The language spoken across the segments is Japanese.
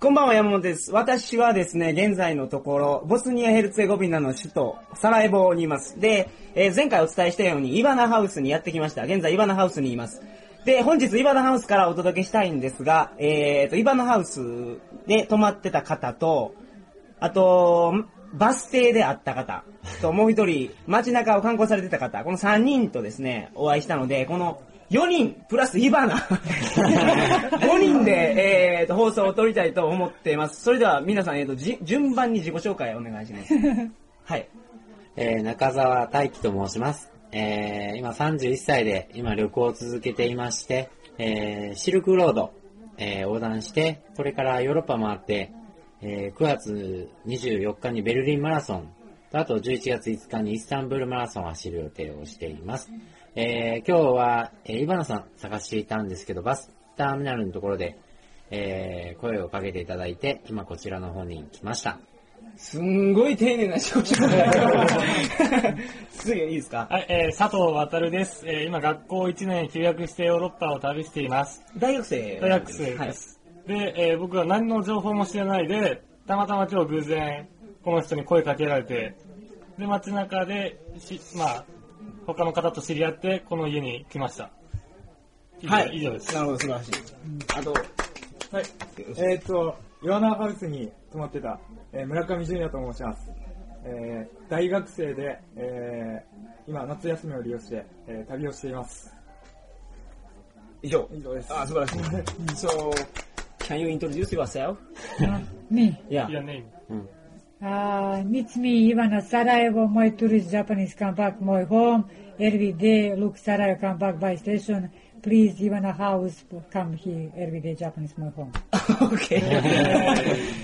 こんばんは、山本です。私はですね、現在のところ、ボスニア・ヘルツェゴビナの首都、サラエボにいます。で、えー前回お伝えしたように、イバナハウスにやってきました。現在、イバナハウスにいます。で、本日、イバナハウスからお届けしたいんですが、えーと、イバナハウスで泊まってた方と、あと、バス停で会った方と、もう一人、街中を観光されてた方、この3人とですね、お会いしたので、この4人、プラスイバナ、5人で、えー、と放送を撮りたいと思っています。それでは皆さん、えー、とじ順番に自己紹介をお願いし ます。はい。えー中澤大輝と申します。えー今31歳で、今旅行を続けていまして、えーシルクロード、えー横断して、これからヨーロッパ回って、えー9月24日にベルリンマラソン、とあと11月5日にイスタンブールマラソンを走る予定をしています。えー今日は、えー、イバナさん探していたんですけど、バスターミナルのところで、えー声をかけていただいて、今こちらの方に来ました。すんごい丁寧な自己紹 介。 すぐいいですかはい、えー、佐藤渡です。えー、今学校1年休学してヨーロッパを旅しています。大学生大学生です。で、えー、僕は何の情報も知らないで、たまたま今日偶然、この人に声かけられて、で、街中で、しまあ、他の方と知り合って、この家に来ました。以上はい。はい。以上です。なるほど、素晴らしい。あと、はい。えっ、と、岩ナハウスに泊まってた、えー村上純也と申します。えー大学生で、えー今、夏休みを利用して、えー旅をしています。以上。以上です。あ、素晴らしい。so, can you introduce yourself? Uh, me. Yeah. いやね、うん。 Uh, it's me, Ivana Sarajevo, my tourist Japanese come back my home. Every day, look Sarajevo come back by station. Please, Ivana house, come here every day, Japanese my home. OK。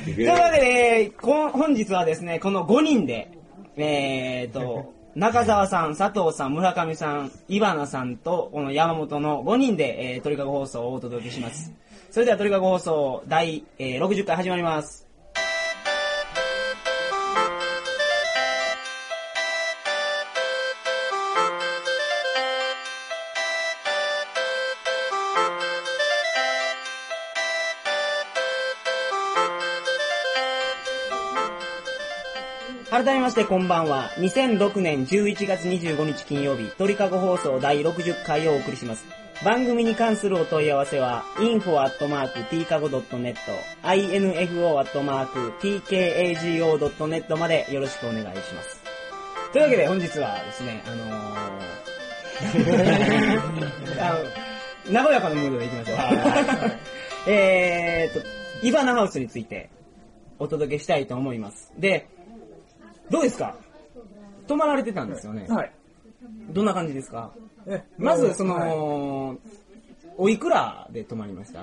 というわけで、こ本日はですね、この5人で、えー と、中澤さん、佐藤さん、村上さん、イバナさんと、この山本の5人で、えー、鳥かご放送をお届けします。それでは鳥かご放送第、えー60回始まります。改めましてこんばんは。2006年11月25日金曜日、鳥かご放送第60回をお送りします。番組に関するお問い合わせは、info.tkago.net、info.tkago.net までよろしくお願いします。というわけで本日はですね、あのー、 あの、和やかなムードでいきましょう。えーと、イバナハウスについてお届けしたいと思います。で、どうですか泊まられてたんですよね。はい。どんな感じですかえまず、そはいの、おいくらで泊まりましたい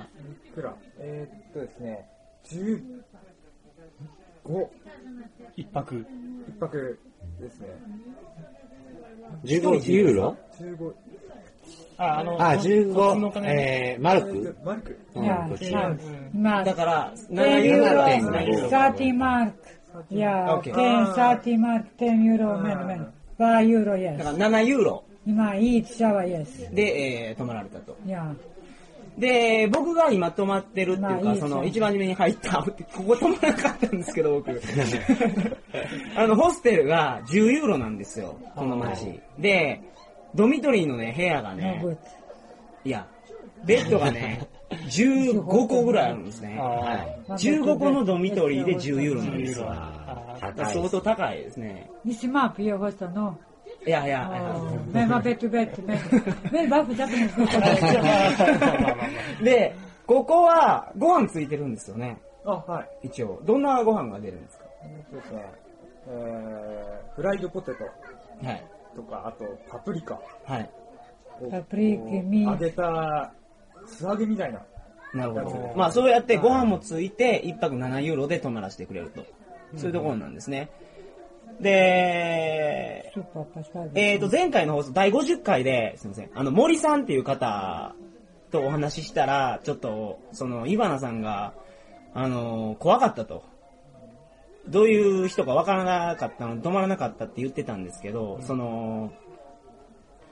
くらえーっとですね、15、一泊。一泊ですね。 15ユーロ15、あ、あの、あ、このお15、金えー、マルえーっクと、マルク、うん、こちら。う yeah, ん yeah. だから、 10 euro, euro, 7 euro. 30 mark. Yeah, Okay. 10, 30 mark, 10 euro, Ah. man, man. 5 euro, だ yes. から7ユーロ Ima eat shower, yes. で、えー泊まられたと。 Yeah. で、僕が今泊まってるっていうまあいか、いそですのね一番初めに入った、ここ泊まらなかったんですけど、 僕。あの、ホステルが10ユーロなんですよ、この街。で、ドミトリーのね、部屋が No ね、 good. いや、ベッドがね、15個ぐらいあるんですね。はい。 15個のドミトリーで10ユーロなんですよ。あーだから高い相。当高いですね。 This map, your hostel, no? いやいや、 Man, my bed to bed. man. Very bad Japanese people. で、ここはご飯ついてるんですよね、あ、はい。一応。どんなご飯が出るんですかえーっとですね、えー、フライドポテトはい。とか、あと、パプリカ。はい。パプリカミー揚げた素揚げみたいななるほどう。んまあそうやってご飯もついて、1泊7ユーロで泊まらせてくれると。そういうところなんですね。で、スーパー pa パスタ da- でえー、と、前回の放送、第50回で、すみません、あの、森さんっていう方とお話ししたら、ちょっと、その、イバナさんが、あのー怖かったと。どういう人かわからなかったの、止まらなかったって言ってたんですけど、その、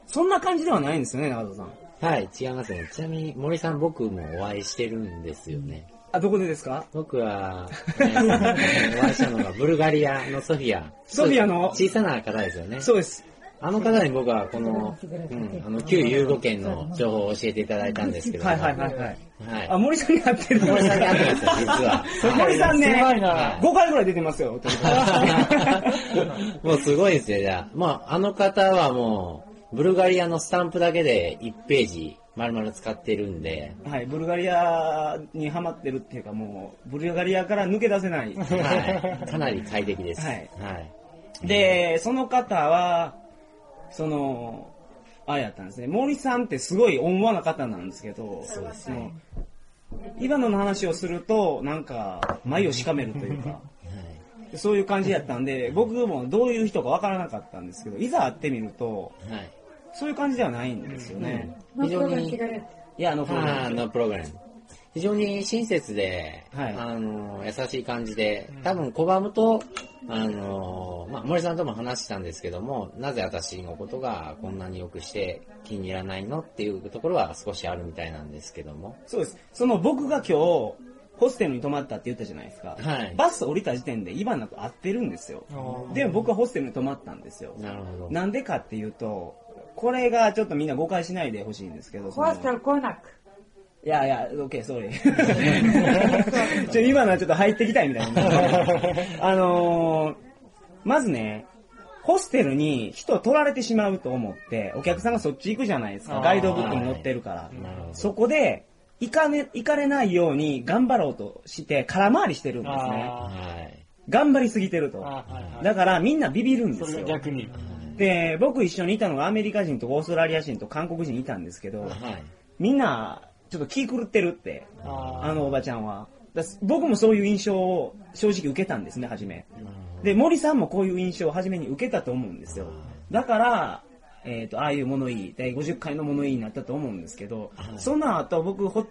そんな感じではないんですよね、中田さん。はい、違いますね。ちなみに、森さん僕もお会いしてるんですよね。あ、どこでですか僕は、 ね、お会いしたのがブルガリアのソフィア。ソフィアの小さな方ですよね。そうです。あの方に僕はこの、うん、あの旧ユーゴ圏の情報を教えていただいたんですけども。はいはいはいはい。はい。あ、森さんに合ってる。森さんに会ってますよ、実 は。森さんね、すごいな5回ぐらい出てますよ、とにか もうすごいですよ、じゃあ。まあ、あの方はもう、ブルガリアのスタンプだけで1ページ丸々使ってるんで、くはい、ブルガリアにハマってるっていうか、もう、ブルガリアから抜け出せ ない。はい。かなり快適です。はいはい。で、その方は、その、あれやったんですね。森さんってすごい温和な方なんですけど、そうですね。今のの話をすると、なんか、眉をしかめるという か、はいそういう感じやったんで、僕もどういう人かわからなかったんですけど、いざ会ってみると、はい。そういう感じではないんですよね。非常に、いや、あの、これあーのプログラム。非常に親切で、はいあの、優しい感じで、多分、コバムと、あの、まあ、森さんとも話したんですけども、なぜ私のことがこんなによくして気に入らないのっていうところは少しあるみたいなんですけども。そうです。その僕が今日、ホステルに泊まったって言ったじゃないですか。はいバス降りた時点でイバナと会ってるんですよ。でも僕はホステルに泊まったんですよ。なるほど。なんでかっていうと、これがちょっとみんな誤解しないでほしいんですけど、その Hostel Konak. いやいや、OK、ソー リー。ちょ今のはちょっと入ってきたいみたいな。あのー、まずね、ホステルに人を取られてしまうと思って、お客さんがそっち行くじゃないですか。あーガイドブックに載ってるから。なるほど。そこで、行かね、行かれないように頑張ろうとして、空回りしてるんですね。あはい。頑張りすぎてるーと。あー、はいはい。だからみんなビビるんでそすれよが。逆に。で、僕一緒にいたのがアメリカ人とオーストラリア人と韓国人いたんですけど、はい。みんな、ちょっと気狂ってるって、ああのおばちゃんは。だ僕もそういう印象を正直受けたんですね、初め。で、森さんもこういう印象を初めに受けたと思うんですよ。だから、えっ、と、ああいう物言い、第50回の物言いになったと思うんですけど、その後僕ホ、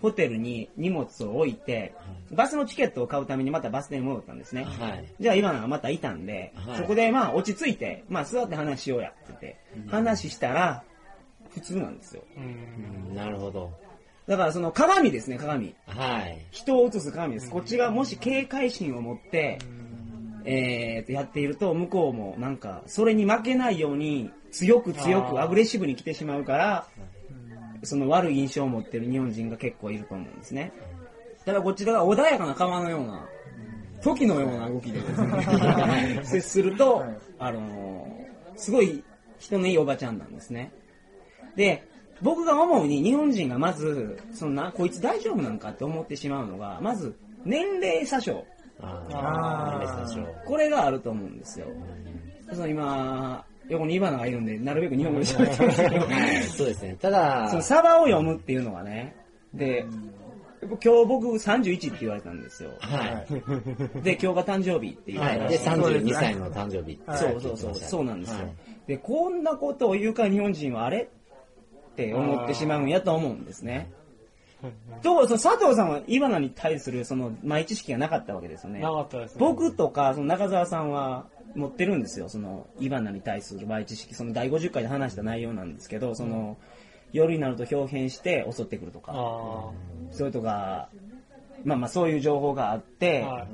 ホテルに荷物を置いて、バスのチケットを買うためにまたバス停に戻ったんですね。はい。じゃあ今のはまたいたんで、はいそこでまあ落ち着いて、まあ座って話しようやってて、話したら、普通なんですよ。ーうんなるほど。だからその鏡ですね、鏡。はい。人を映す鏡です。こっちがもし警戒心を持って、えーと、やっていると、向こうもなんか、それに負けないように、強く強あーくアグレッシブに来てしまうから、その悪い印象を持ってる日本人が結構いると思うんですね。だからこっちが穏やかな川のような、時のような動きでです ね接すると、あのーすごい人のいいおばちゃんなんですね。で、僕が思うに日本人がまず、そんな、こいつ大丈夫なんかって思ってしまうのが、まず、年齢詐称。ああーー、最初。これがあると思うんですよ。その今、横にイバナがいるんで、なるべく日本語で喋ってますけど、はいそうですね。ただ、そのサバを読むっていうのがね、で、今日僕31って言われたんですよ。はい。で、今日が誕生日っていうはい。で、32歳の誕生日。そうそうそう、そうなんですよ、はいで、こんなことを言うから日本人はあれって思ってしまうんやと思うんですね。と、その佐藤さんはイバナに対するその前知識がなかったわけですよね。なかったですね。僕とかその中澤さんは持ってるんですよ、そのイバナに対する前知識、その第50回で話した内容なんですけど、その夜になると表変して襲ってくるとか、あそれとか、まあまあそういう情報があっあ、て、はい。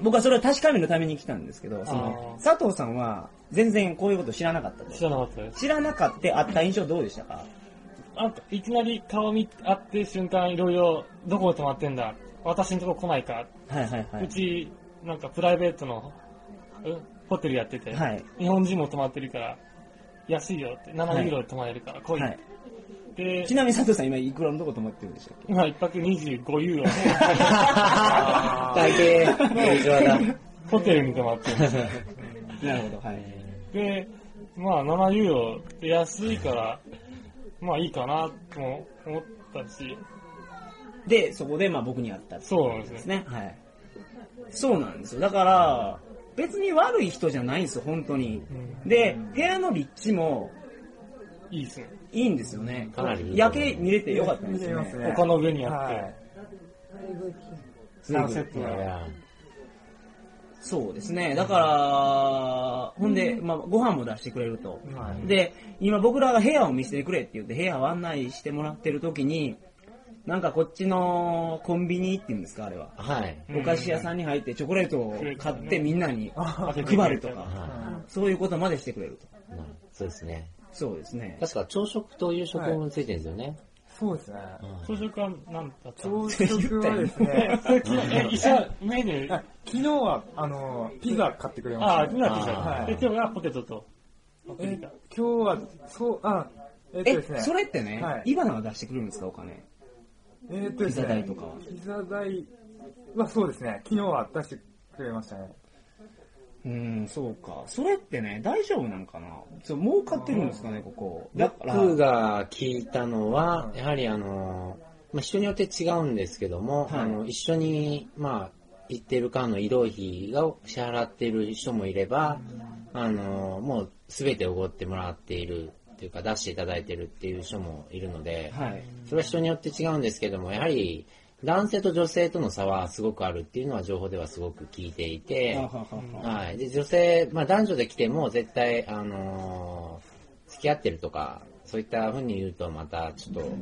僕はそれを確かめるために来たんですけど、そのあー佐藤さんは全然こういうこと知らなかったと知らなかったです。知らなかったあった印象どうでしたかあといきなり顔見合って瞬間いろいろ、どこで泊まってんだ私のとこ来ないかはいはいはうい。ち、なんかプライベートの、うんホテルやってて、はい日本人も泊まってるから、安いよって、は7いユーロで泊まれるから来いはいっ、て、ちなみに佐藤さん今いくらのとこ泊まってるんでしたっけ今一泊25ユーロ、 大抵、友情だ。ホテルに泊まってるんですよなるほど、はい。で、まあ7ユーロって安いから、まあいいかなとも思ったし、で、そこでまあ僕に会ったっていそうなんですねです。ね。はい。そうなんですよ。だから、別に悪い人じゃないんですよ、本当に。で、部屋の立地もいいですね。いいんですよね。かなりいい夜景見れてよかったんですよ見れますね。ね丘の上にあって、はいすごサンくセットいがやいやそうですね。だから、ほんで、まあ、ご飯も出してくれると。で、今僕らが部屋を見せてくれって言って部屋を案内してもらってる時に、なんかこっちのコンビニっていうんですか、あれは。はい。お菓子屋さんに入ってチョコレートを買ってみんなにうん配るとか、はそういうことまでしてくれると。いまあそうですね。そうですね。確か朝食と夕食もついてるんですよね。そうですね。朝食は何だったの朝食はで すね、 それ昨日、え、一緒、メニュはいー、昨日は、あの、ピザ買ってくれましたあ、ね、今ピザ。はいで、今日はポテトと、えパプリカ今日は、そう、あ、えっとえですね、、それってねはい、イバナは出してくれるんですか、お金。えっとですピザね、代とかはピザ代はそうですね、昨日は出してくれましたね。うーん、そうか。それってね、大丈夫なんかなそう儲かってるんですかね、ここ。だから、僕が聞いたのはう、んやはりあの、まあ、人によって違うんですけども、はいあの一緒に、まあ、行ってる間の移動費を支払っている人もいれば、あの、もう全ておごってもらっているっていうか、出していただいてるっていう人もいるので、はい。それは人によって違うんですけども、やはり男性と女性との差はすごくあるっていうのは情報ではすごく聞いていて、はははははい。で、女性、まあ男女で来ても絶対、あのー付き合ってるとか、そういった風に言うとまたちょっと、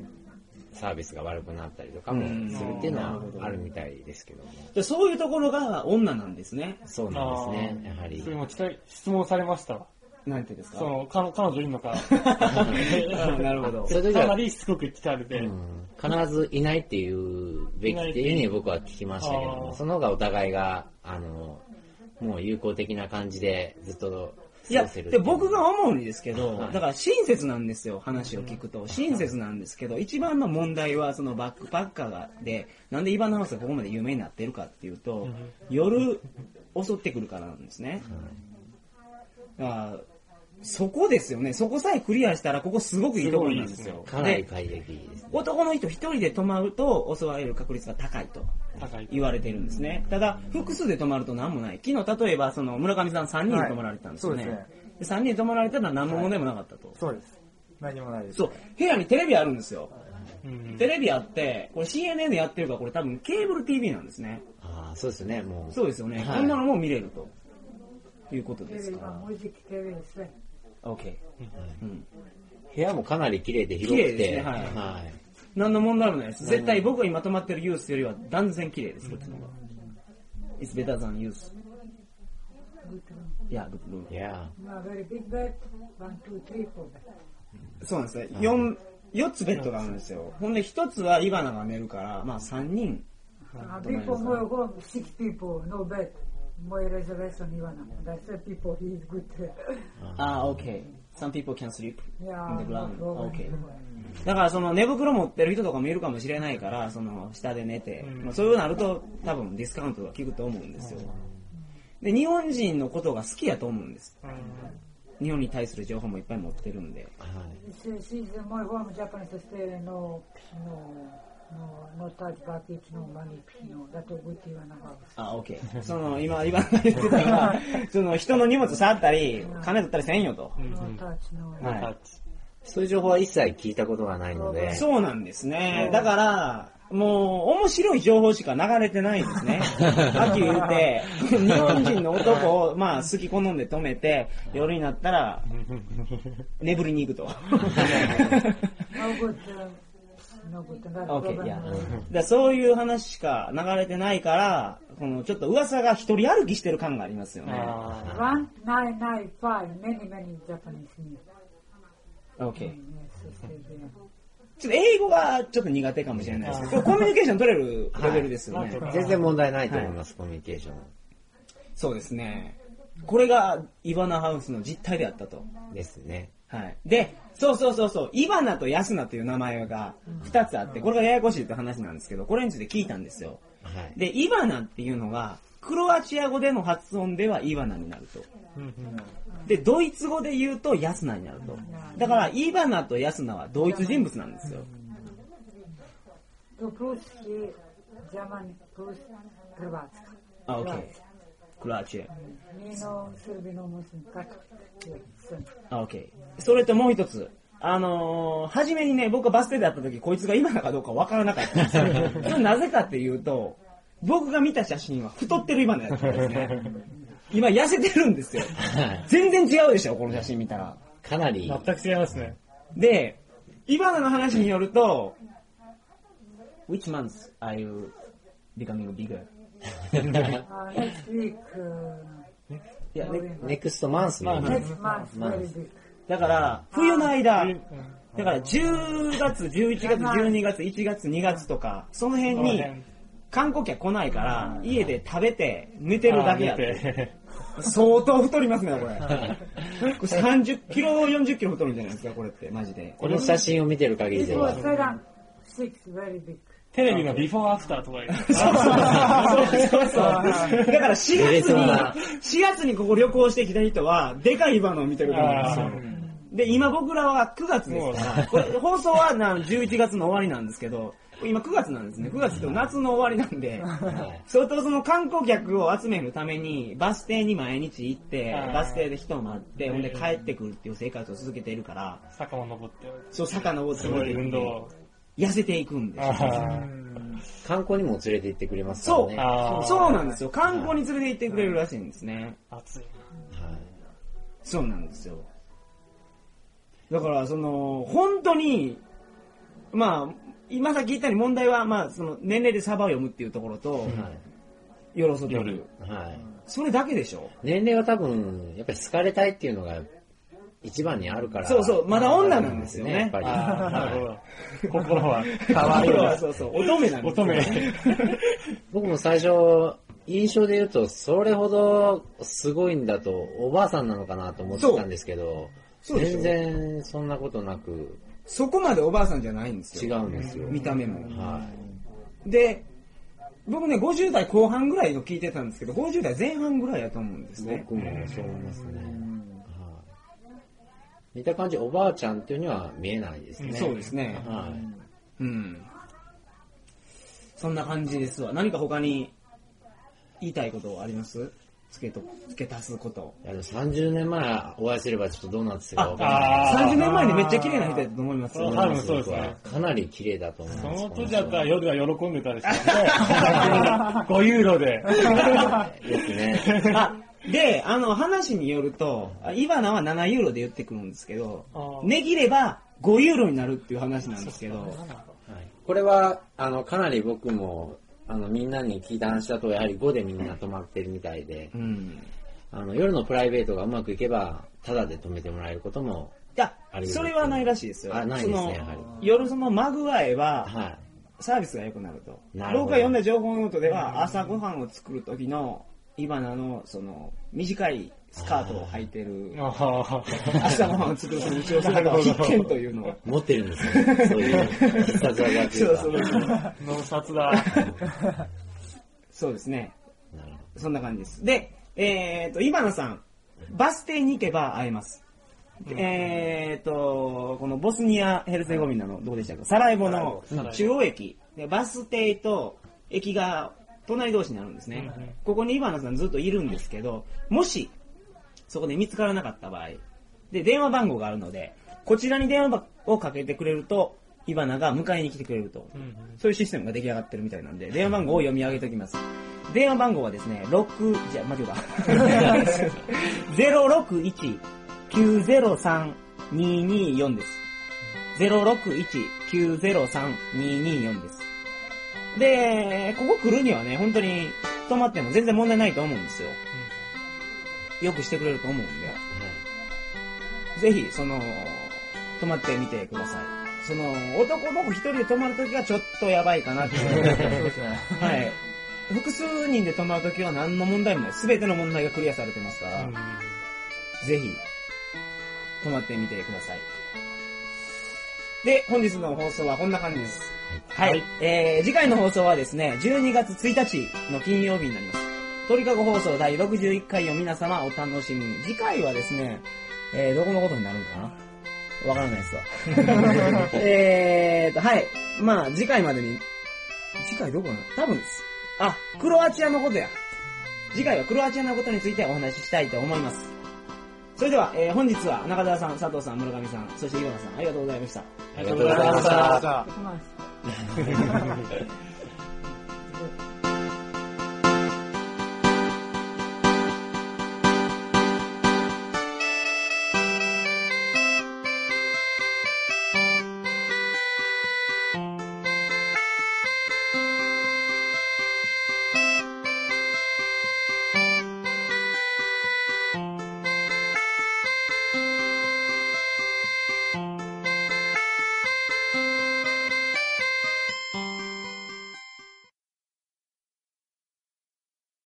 サービスが悪くなったりとかもするっていうのはあるみたいですけども。でそういうところが女なんですね。そうなんですね、やはりそ。れも期待、質問されましたわ。なんてですかその、彼彼女いるのか。あ なるほど。そういう時かなは、りしつこく聞かれて、うん、必ずいないっていうべきっていうふうに僕は聞きましたけどあも、ーその方がお互いが、あのーもう友好的な感じでずっとい過や、ごせるで僕が思うんですけど、はいだから親切なんですよ、話を聞くと。親切なんですけど、一番の問題は、そのバックパッカーが、で、なんでイバナハウスがここまで有名になってるかっていうと、夜、襲ってくるからなんですね。だからそこですよね。そこさえクリアしたら、ここすごくいいところなんですよ。かなり快適ですね。男の人一人で泊まると襲われる確率が高いと高い言われてるんですね。ただ、複数で泊まると何もない。昨日、例えば、その、村上さん3人で泊まられたんですよね。はいそうで3人で泊まられたら何も問題もなかったと。そうです。何もないです。そう、部屋にテレビあるんですよ。うんテレビあって、これ CNN やってるから、これ多分ケーブル TV なんですね。ああ、そうですね、もう。そうですよね。はいこんなのも見れると。いうことですから。OK。うん。部屋もかなり綺麗で広く綺麗ですて、ねはいはい何の問題もないです。絶対僕が今泊まってるユースよりは断然綺麗です、こっちの方が。It's better than ユース。いや、ルルいやそうなんですね。四四つベッドがあるんですよ。ほんで一つはイバナが寝るから、まあ三人。 People go home, six people, no bed. My reservation, Ivana. That's the Da people, he is good. ああ、OK。Some people can sleep in the yeah, no ground. problem. OK。だからその寝袋持ってる人とかもいるかもしれないから、その下で寝て、まあ、そういうなると多分ディスカウントが効くと思うんですよ。で、日本人のことが好きやと思うんです。日本に対する情報もいっぱい持ってるんで。ー、は She, she's uh, my home, Japanese stay, no, no, no, no touch bucket, no money, no, that's a good Ivana house. あ、オッケ ー。その、今、今言ってたのは、その人の荷物触ったり、金取ったりせんよと。 No touch, no. はそういう情報は一切聞いたことがないので、い。そうなんですね。だから、もう、面白い情報しか流れてないんです ね。秋言うて、 日本人の男を、まあ、好き好んで止めて、夜になった ら、眠りに行く と。 No good, uh, no good, OK that's da, problem. いやだそういう話しか流れてないから、この、ちょっと噂が一人歩きしてる感がありますよね。あ One, nine, nine, five, many, many Japanese here. OK。 Yes, she stay there. ちょっと英語がちょっと苦手かもしれないですけど、コミュニケーション取れるレベルですよね。全然問題ないと思います、コミュニケーションそうですね。これがイバナハウスの実態であったと。ですね。はい。で、そうそうそうそう、イバナとヤスナという名前が2つあって、これがややこしいって話なんですけど、これについて聞いたんですよ。はい。で、イバナっていうのが、クロアチア語での発音ではイバナになると。で、ドイツ語で言うとヤスナになると。だから、イバナとヤスナは同一人物なんですよ。 To plus he German plus Hrvatska. あ、OK。クロアチア。 Mi no Srbi no Muslim, tako. Yes, sam. あ、OK。それともう一つ。あのー、初めにね、僕がバス停で会った時、こいつが今なのかどうかわからなかったんですよ。それなぜかっていうと、僕が見た写真は太ってる今のやつですね。今痩せてるんですよ。全然違うでしょ、この写真見たら。かなり、ー全く違いますね。で、イバナの話によると、 Which month are you becoming bigger? Uh, next week, uh, Yeah, like- November. ネクストマンスね。 next month, very big. だから、冬の間、冬だから10月、11月、12月、1月、2月とか、その辺に観光客来ないから、家で食べて、寝てるだけやって。て。相当太りますね、これ。これ30キロ、40キロ太るんじゃないですか、これって、マジで。この写真を見てる限り It では was。Sagan, six, very big. テレビのビフォーアフターとか言うそうそうそう。だから4月入れに、そう4な月にここ旅行してきた人は、でかいバナを見てると思うんですよあ。で、今僕らは9月ですから、これ放送はな11月の終わりなんですけど、今9月なんですね。9月って夏の終わりなんで、相当その観光客を集めるために、バス停に毎日行ってあ、ーバス停で人を待って、ほんで帰ってくるっていう生活を続けているから、坂を登って、そう、坂登ってすごい運動を。痩せていくんですよ観光にも連れて行ってくれますからそね。う、はあーそうなんですよ。観光に連れて行ってくれるらしいんですね。暑いそうなんですよ。だから、その、本当に、まあ、今さっき言ったように問題は、まあ、その、年齢でサバを読むっていうところと、い。よろそと夜。はい。それだけでしょ年齢は多分、やっぱり好かれたいっていうのが一番にあるから。そうそうまだ女なんですよねやっぱり。ああ、 なはいるほど。心は。可愛いわそうそう、乙女なんです乙よ女。僕も最初、印象で言うと、それほどすごいんだと、おばあさんなのかなと思ってたんですけど、そうそうでしょ全然そんなことなくそこまでおばあさんじゃないんです違よ。うんですよ。見た目も。はで、僕ね、50代後半ぐらいの聞いてたんですけど、50代前半ぐらいだと思うんですい。ね。僕もそう思いますね。はい見た感じ、おばあちゃんっていうには見えないですね。そうですね。はい。うん。そんな感じですわ。何か他に言いたいことあります付けと、付け足すこと。いやでも30年前お会いすればちょっとどうなってたかわからないあー30年前にめっちゃ綺麗な人やったと思いますあよ。ー多分そうですね僕はかなり綺麗だと思いそます。の当時だったら夜は喜んでたでしょうね。5ユーロで。よくね。あ、で、あの、話によると、あイバナは7ユーロで言ってくるんですけどあ、ー値切れば5ユーロになるっていう話なんですけど、 はいこれは、あの、かなり僕も、あの、みんなに聞いた話だと、やはり5でみんな泊まってるみたいでう、ん。あの、夜のプライベートがうまくいけば、タダで泊めてもらえることも、いやあ、りがとそうれはないらしいですよ。あないですねそのやはり夜その間具合は、はサービスが良くなると。なるほど僕が読んだ情報ノートでは、朝ごはんを作る時の、イバナの、その、短いスカートを履いてる、あ朝ごはんを作るその日を姿は必見という のを。い。持ってるんですよね。そういう、必殺技 っていそううか。 そうそう。ー脳殺だ。そうですね。なるほそんな感じです。で、えっ、と、イバナさん、バス停に行けば会えます。えっ、と、このボスニア・ヘルツェゴミナの、どこでしたか、サラエボのサラエボ中央駅、でバス停と駅が隣同士になるんですね。うんうんここにイバナさんずっといるんですけど、もし、そこで見つからなかった場合、で、電話番号があるので、こちらに電話をかけてくれると、イバナが迎えに来てくれると。そういうシステムが出来上がってるみたいなんで、電話番号を読み上げておきます。電話番号はですね、6、じゃ、待てよか。061-903-224です。061-903-224です。で、ここ来るにはね、本当に泊まっても全然問題ないと思うんですよ。よくしてくれると思うんで。ぜひ、その、泊まってみてください。その、男の子一人で泊まるときはちょっとやばいかなって。はい。 複数人で泊まるときは何の問題もない。すべての問題がクリアされてますから、ぜひ、泊まってみてください。で、本日の放送はこんな感じです。はい。えー、次回の放送はですね、12月1日の金曜日になります。鳥かご放送第61回を皆様お楽しみに。次回はですね、えー、どこのことになるのかなわからない ですわ。えーと、はい。まあ、次回までに、次回どこなの多分です。あ、クロアチアのことや。次回はクロアチアのことについてお話ししたいと思います。それでは、えー、本日は中澤さん、佐藤さん、村上さん、そして岩野さん、ありがとうございました。ど。ありがとうございました。 Six months.